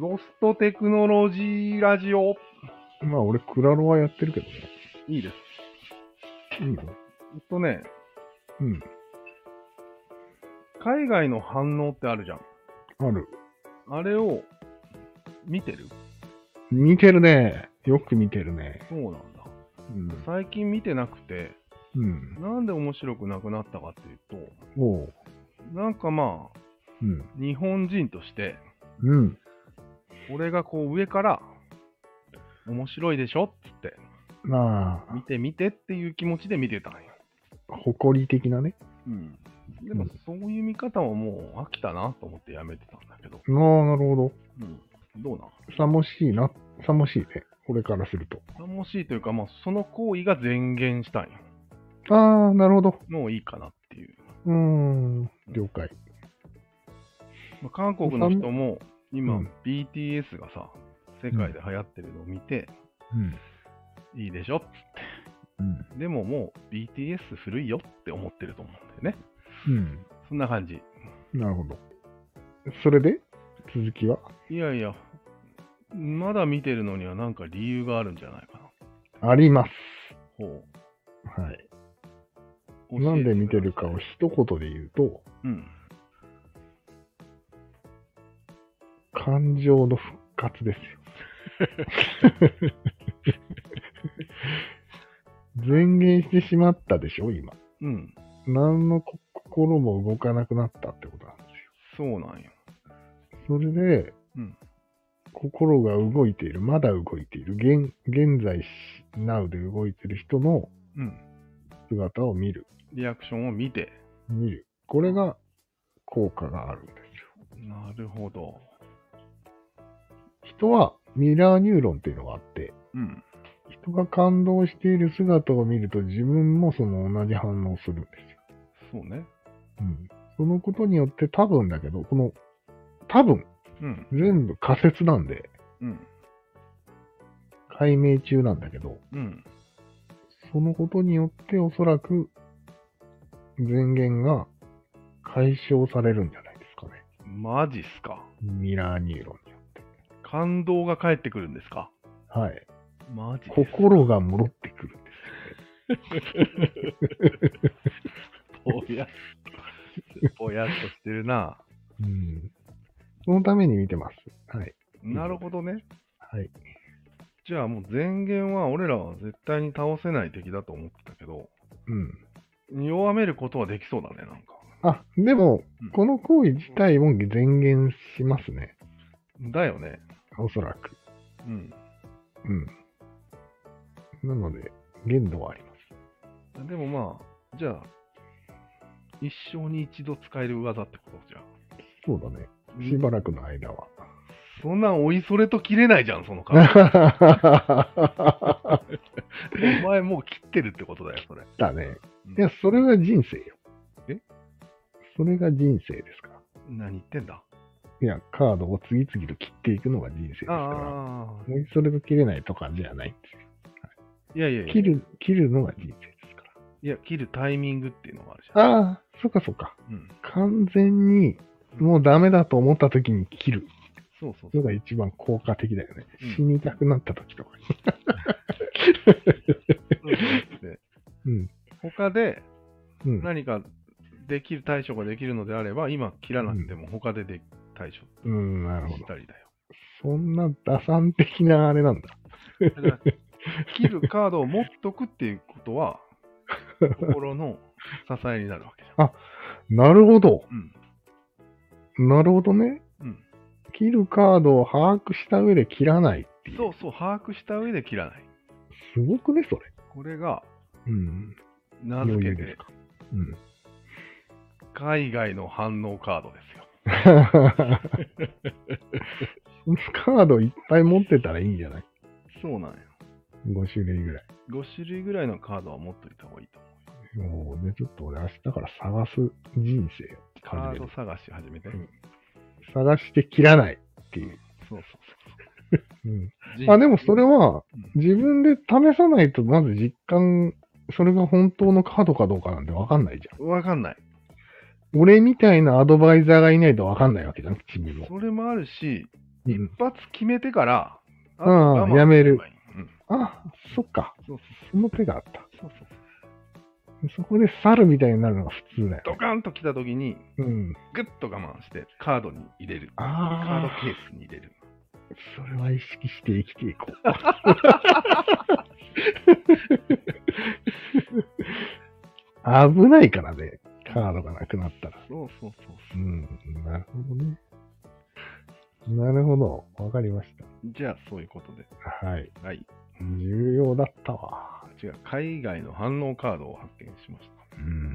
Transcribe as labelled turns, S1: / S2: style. S1: ポストテクノロジーラジオ。
S2: まあ俺、クラロワやってるけどね。
S1: いいです。
S2: いいよ。
S1: えっとね、
S2: うん。
S1: 海外の反応ってあるじゃん。
S2: ある。
S1: あれを見てる
S2: 見てるね。よく見てるね。
S1: そうなんだ。
S2: うん。
S1: 最近見てなくて、
S2: うん。
S1: なんで面白くなくなったかっていう
S2: おう。
S1: と、なんかまあ、
S2: うん。
S1: 日本人として、
S2: うん。
S1: 俺がこう上から、面白いでしょっつって、
S2: まあ
S1: 見、て見てっていう気持ちで見てたんや。
S2: 誇り的なね。
S1: うん。でも
S2: うん
S1: そういう見方はもう飽きたなと思ってやめてたんだけど、
S2: ああ、なるほど。
S1: うん。どうなん
S2: さもしいな。さもしいね。俺からすると。
S1: 楽しいというか、まあ、その行為が前言したんよ。
S2: ああ、なるほど。
S1: もういいかなっていう。
S2: うーん。了解。
S1: まあ、韓国の人も、今、
S2: うん
S1: BTS がさ、世界で流行ってるのを見て、
S2: うん。
S1: いいでしょ
S2: うん。
S1: でももう BTS 古いよって思ってると思うんだよね。
S2: うん。
S1: そんな感じ。
S2: なるほど。それで続きはい
S1: やいや、まだ見てるのにはなんか理由があるんじゃないかな。
S2: あります。
S1: ほ
S2: はい。
S1: う。
S2: なんで見てるかを
S1: 教え
S2: 一言で言う
S1: く
S2: と、
S1: ださいうん。
S2: 感情の復活です よ。前言してしまったでしょ、今。
S1: うん。
S2: 何のこ心も動かなくなったってことなんで
S1: そうなんよ。
S2: すよ。それで、
S1: うん
S2: 心が動いている、まだ動いている、現現在し、now で動いている人の
S1: うん。
S2: 姿を見る、
S1: リアクションを見て。
S2: 見る。これが効果があるんですよ。
S1: なるほど。
S2: 人はミラーニューロンっていうのがあって、
S1: うん。
S2: 人が感動している姿を見ると自分もその同じ反応をするんです
S1: そ
S2: よ。
S1: うね。
S2: うん。そのことによって多分だけど、この多分
S1: うん。
S2: 全部仮説なんで
S1: うん。
S2: 解明中なんだけど、
S1: うん。
S2: そのことによっておそらく前言が解消されるんじゃないですかね。
S1: マジっすか。
S2: ミラーニューロンによって。
S1: 感動が返ってくるんですか
S2: はい。
S1: マジです
S2: 心が戻ってくるんで
S1: ぼやっと、ぼやっとしてるな。
S2: す。うん。そのために見てます。はい。
S1: なるほどね。
S2: はい。
S1: じゃあもう前言は俺らは絶対に倒せない敵だと思ってたけど、
S2: うん。
S1: 弱めることはできそうだね、なんか。
S2: あ、でも
S1: うん、
S2: この行為自体も前言しますね。
S1: だよね。
S2: おそらく。
S1: うん。
S2: うん。なので、限度はあります。
S1: でもまあ、じゃあ、一生に一度使える技ってことじゃん。
S2: そうだね。しばらくの間 は。
S1: そんなんおいそれと切れないじゃん、その 顔。
S2: だ
S1: お前もう切ってるってことだよ、それ。
S2: ね。
S1: うん
S2: いや、それは人生よ。
S1: え
S2: それが人生ですから。
S1: 何言ってんだ
S2: いや、カードを次々と切っていくのが人生ですから。
S1: ああ
S2: もうそれと切れないとかじゃないんですよ。
S1: ー。いやいやいや。
S2: 切。る、切るのが人生ですか
S1: いや、切るタイミングっていうのもあるじゃん。
S2: ら。ああ、そっかそっか。
S1: うん。
S2: 完全にもうダメだと思った時に切る
S1: そうそうそ
S2: の
S1: う。
S2: が一番効果的だよね。
S1: うん
S2: 死にたくなった時とかに。
S1: そうじゃなくて
S2: うん。
S1: 他で
S2: うん。
S1: 何かできる対処ができるのであれば、今切らなくても他でで対処
S2: うん、なるほ
S1: し
S2: ど。
S1: たりだよ。
S2: そんな打算的なあれなんだ。
S1: だから切るカードを持っとくっていうことは、心の支えになるわけじ
S2: なるほど。
S1: ゃん。うん。
S2: なるほどね。
S1: うん、
S2: 切るカードを把握した上で切らないっていう。
S1: そうそう、把握した上で切らない。
S2: すごくね、それ。
S1: これが
S2: うん。
S1: 名付け
S2: 余裕で
S1: て
S2: すうん。
S1: 海外の反応カードですよ。
S2: そのカードいっぱい持ってたらいいんじゃない
S1: そうなんよ。
S2: ?5 種類ぐらい。
S1: 5種類ぐらいのカードは持っといた方がいいと思う。
S2: もうね、ちょっと俺明日から探す人生を
S1: カ
S2: 感
S1: ー
S2: じ
S1: ド
S2: る。
S1: 探し始めて。
S2: うん探して切らないっていう。
S1: そうそう
S2: うん
S1: そう。
S2: あでもそれは
S1: うん
S2: 自分で試さないとまず実感、それが本当のカードかどうかなんてわかんないじゃ
S1: わかんない。
S2: ん。俺みたいなアドバイザーがいないとわかんないわけじゃん、君も。
S1: それもあるし、
S2: う
S1: 一
S2: ん
S1: 発決めてから、
S2: ん
S1: あと我慢すれば
S2: やめる
S1: いい。うん
S2: あ、そっか。
S1: そう
S2: その手があった。
S1: そうそうそうそう。
S2: そこで猿みたいになるのが普通だよ。
S1: ドカンと来た時に、
S2: うん。
S1: ぐっと我慢して、カードに入れる。カード
S2: ああ、
S1: ケースに入れる。
S2: それは意識して生きていこ う。 危ないからね、カードがなくなったら。
S1: そうそうそう
S2: う
S1: そ
S2: ん、なるほどね。なるほど、わかりまし
S1: う。じゃあ、そういうことで。
S2: た。はい。
S1: はい。
S2: 重要だったわ。
S1: 違う、海外の反応カードを発見しました。
S2: うん。